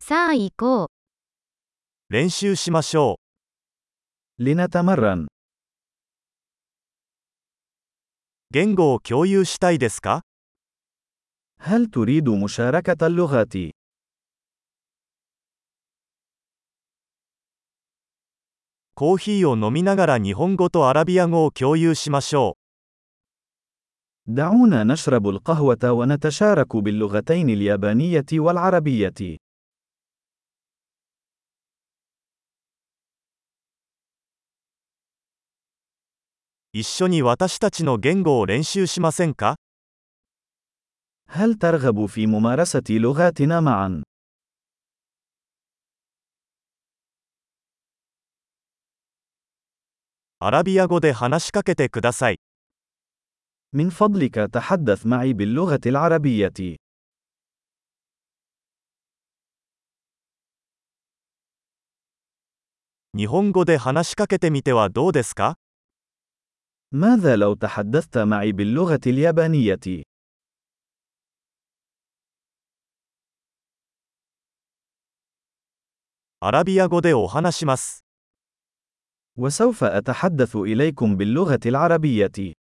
さあ行こう。練習しましょう。 لنتمرن 言語を共有したいですか هل تريد مشاركة اللغات コーヒーを飲みながら日本語とアラビア語を共有しましょ دعونا نشرب القهوة ونتشارك باللغتين اليابانية والعربية う。一緒に私たちの言語を練習しませんか هل ترغب في ممارسة لغاتنا معا アラビア語で話しかけてください。 من فضلك تحدث معي باللغة العربية 日本語で話しかけてみてはどうですか ماذا لو تحدثت معي باللغة اليابانية アラビア語でお話します。 وسوف أتحدث إليكم باللغة العربية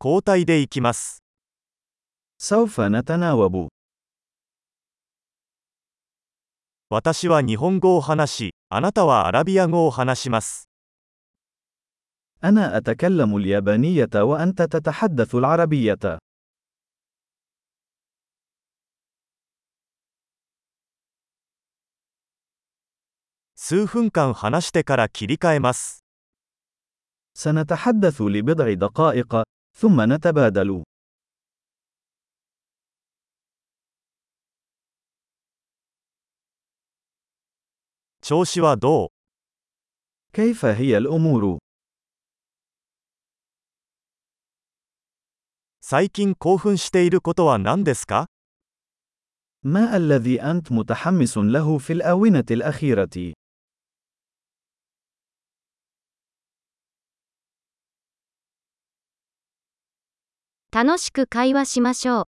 交代でいきます。 سوف نتناوب 私は日本語を話し、あなたはアラビア語を話します。 أنا أتكلم اليابانية وأنت تتحدث العربية 数分間話してから切り替えます。 سنتحدث لبضع دقائق ثم نتبادل 調子はどう كيف هي الأمور؟ 最近興奮していることは何ですか ما الذي أنت متحمس له في الآونة الأخيرة؟ 楽しく会話しましょう。